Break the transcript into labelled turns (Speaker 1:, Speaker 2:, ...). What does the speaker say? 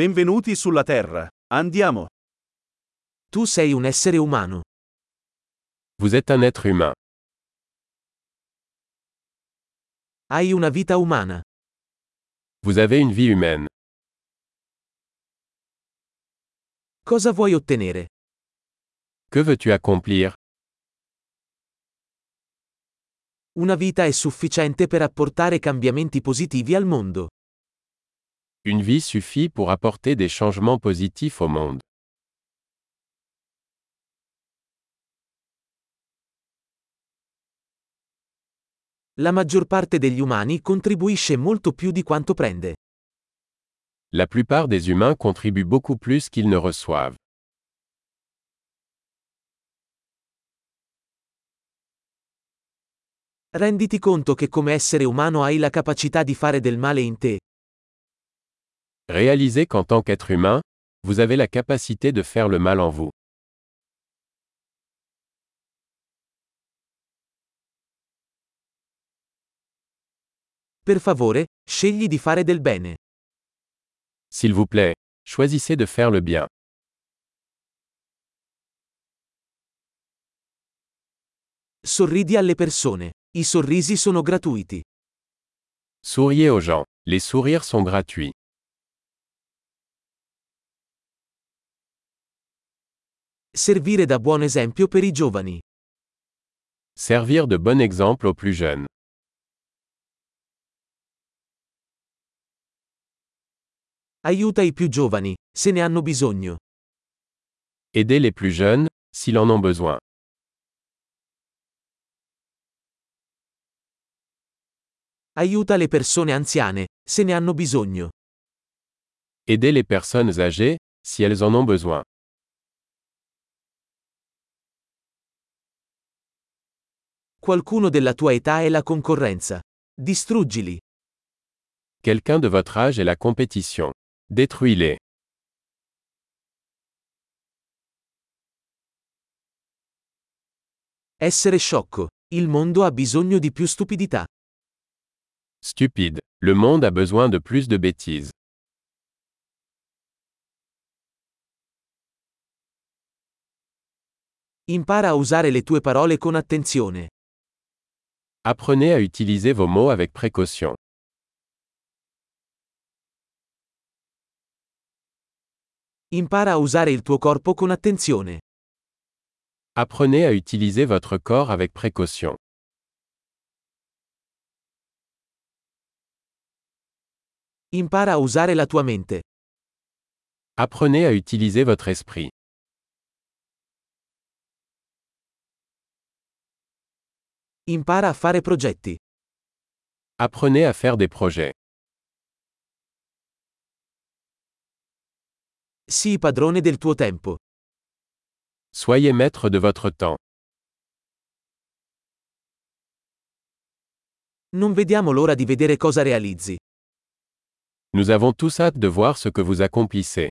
Speaker 1: Benvenuti sulla Terra. Andiamo.
Speaker 2: Tu sei un essere umano.
Speaker 3: Vous êtes un être humain.
Speaker 2: Hai una vita umana.
Speaker 3: Vous avez une vie humaine.
Speaker 2: Cosa vuoi ottenere?
Speaker 3: Que veux-tu accomplir
Speaker 2: Una vita è sufficiente per apportare cambiamenti positivi al mondo.
Speaker 3: Une vie suffit pour apporter des changements positifs au monde.
Speaker 2: La maggior parte degli umani contribuisce molto più di quanto prende.
Speaker 3: La plupart des humains contribuent beaucoup plus qu'ils ne reçoivent.
Speaker 2: Renditi conto che come essere umano hai la capacità di fare del male in te.
Speaker 3: Réalisez qu'en tant qu'être humain, vous avez la capacité de faire le mal en vous.
Speaker 2: Per favore, scegli di fare del bene.
Speaker 3: S'il vous plaît, choisissez de faire le bien.
Speaker 2: Sorridi alle persone. I sorrisi sono gratuiti.
Speaker 3: Souriez aux gens. Les sourires sont gratuits.
Speaker 2: Servire da buon esempio per i giovani.
Speaker 3: Servir de bon exemple aux plus jeunes.
Speaker 2: Aiuta i più giovani, se ne hanno bisogno.
Speaker 3: Aidez les plus jeunes, s'ils en ont besoin.
Speaker 2: Aiuta le persone anziane, se ne hanno bisogno.
Speaker 3: Aidez les personnes âgées, si elles en ont besoin.
Speaker 2: Qualcuno della tua età è la concorrenza. Distruggili.
Speaker 3: Quelqu'un de votre âge est la compétition. Détruis-les.
Speaker 2: Essere sciocco. Il mondo ha bisogno di più stupidità.
Speaker 3: Stupide. Le monde a besoin de plus de bêtises.
Speaker 2: Impara a usare le tue parole con attenzione.
Speaker 3: Apprenez à utiliser vos mots avec précaution.
Speaker 2: Impara a usare il tuo corpo con attenzione.
Speaker 3: Apprenez à utiliser votre corps avec précaution.
Speaker 2: Impara a usare la tua mente.
Speaker 3: Apprenez à utiliser votre esprit.
Speaker 2: Impara a fare progetti.
Speaker 3: Apprenez à faire des projets.
Speaker 2: Sii padrone del tuo tempo.
Speaker 3: Soyez maître de votre temps.
Speaker 2: Non vediamo l'ora di vedere cosa realizzi.
Speaker 3: Nous avons tous hâte de voir ce que vous accomplissez.